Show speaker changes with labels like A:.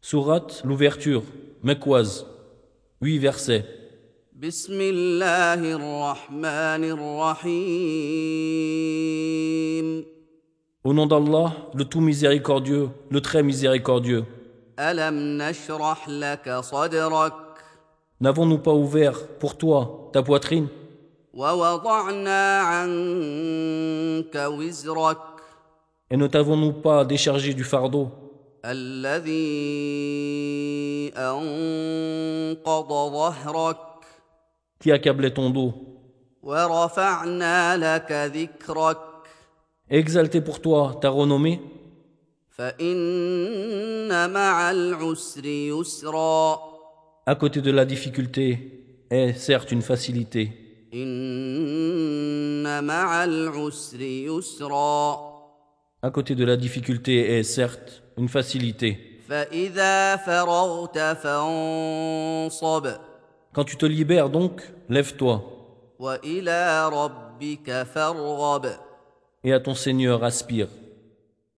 A: Sourate, l'ouverture, Mekwaz, 8 versets.
B: بسم الله الرحمن الرحيم
A: Au nom d'Allah, le tout miséricordieux, le très miséricordieux,
B: ألم نشرح لك صدرك
A: n'avons-nous pas ouvert pour toi ta poitrine
B: ووضعنا عنك وزرك
A: et ne t'avons-nous pas déchargé du fardeau
B: الذي أنقض ظهرك
A: qui accablait ton dos
B: ورفعنا لك ذكرك
A: et exalté pour toi ta renommée
B: فإن مع العسر يسرا
A: À côté de la difficulté est certes une facilité.
B: إن مع العسر يسرا
A: À côté de la difficulté est certes une facilité.
B: فإذا فرغت فانصب
A: Quand tu te libères donc, lève-toi
B: وإلى ربك فارغب
A: et à ton Seigneur aspire.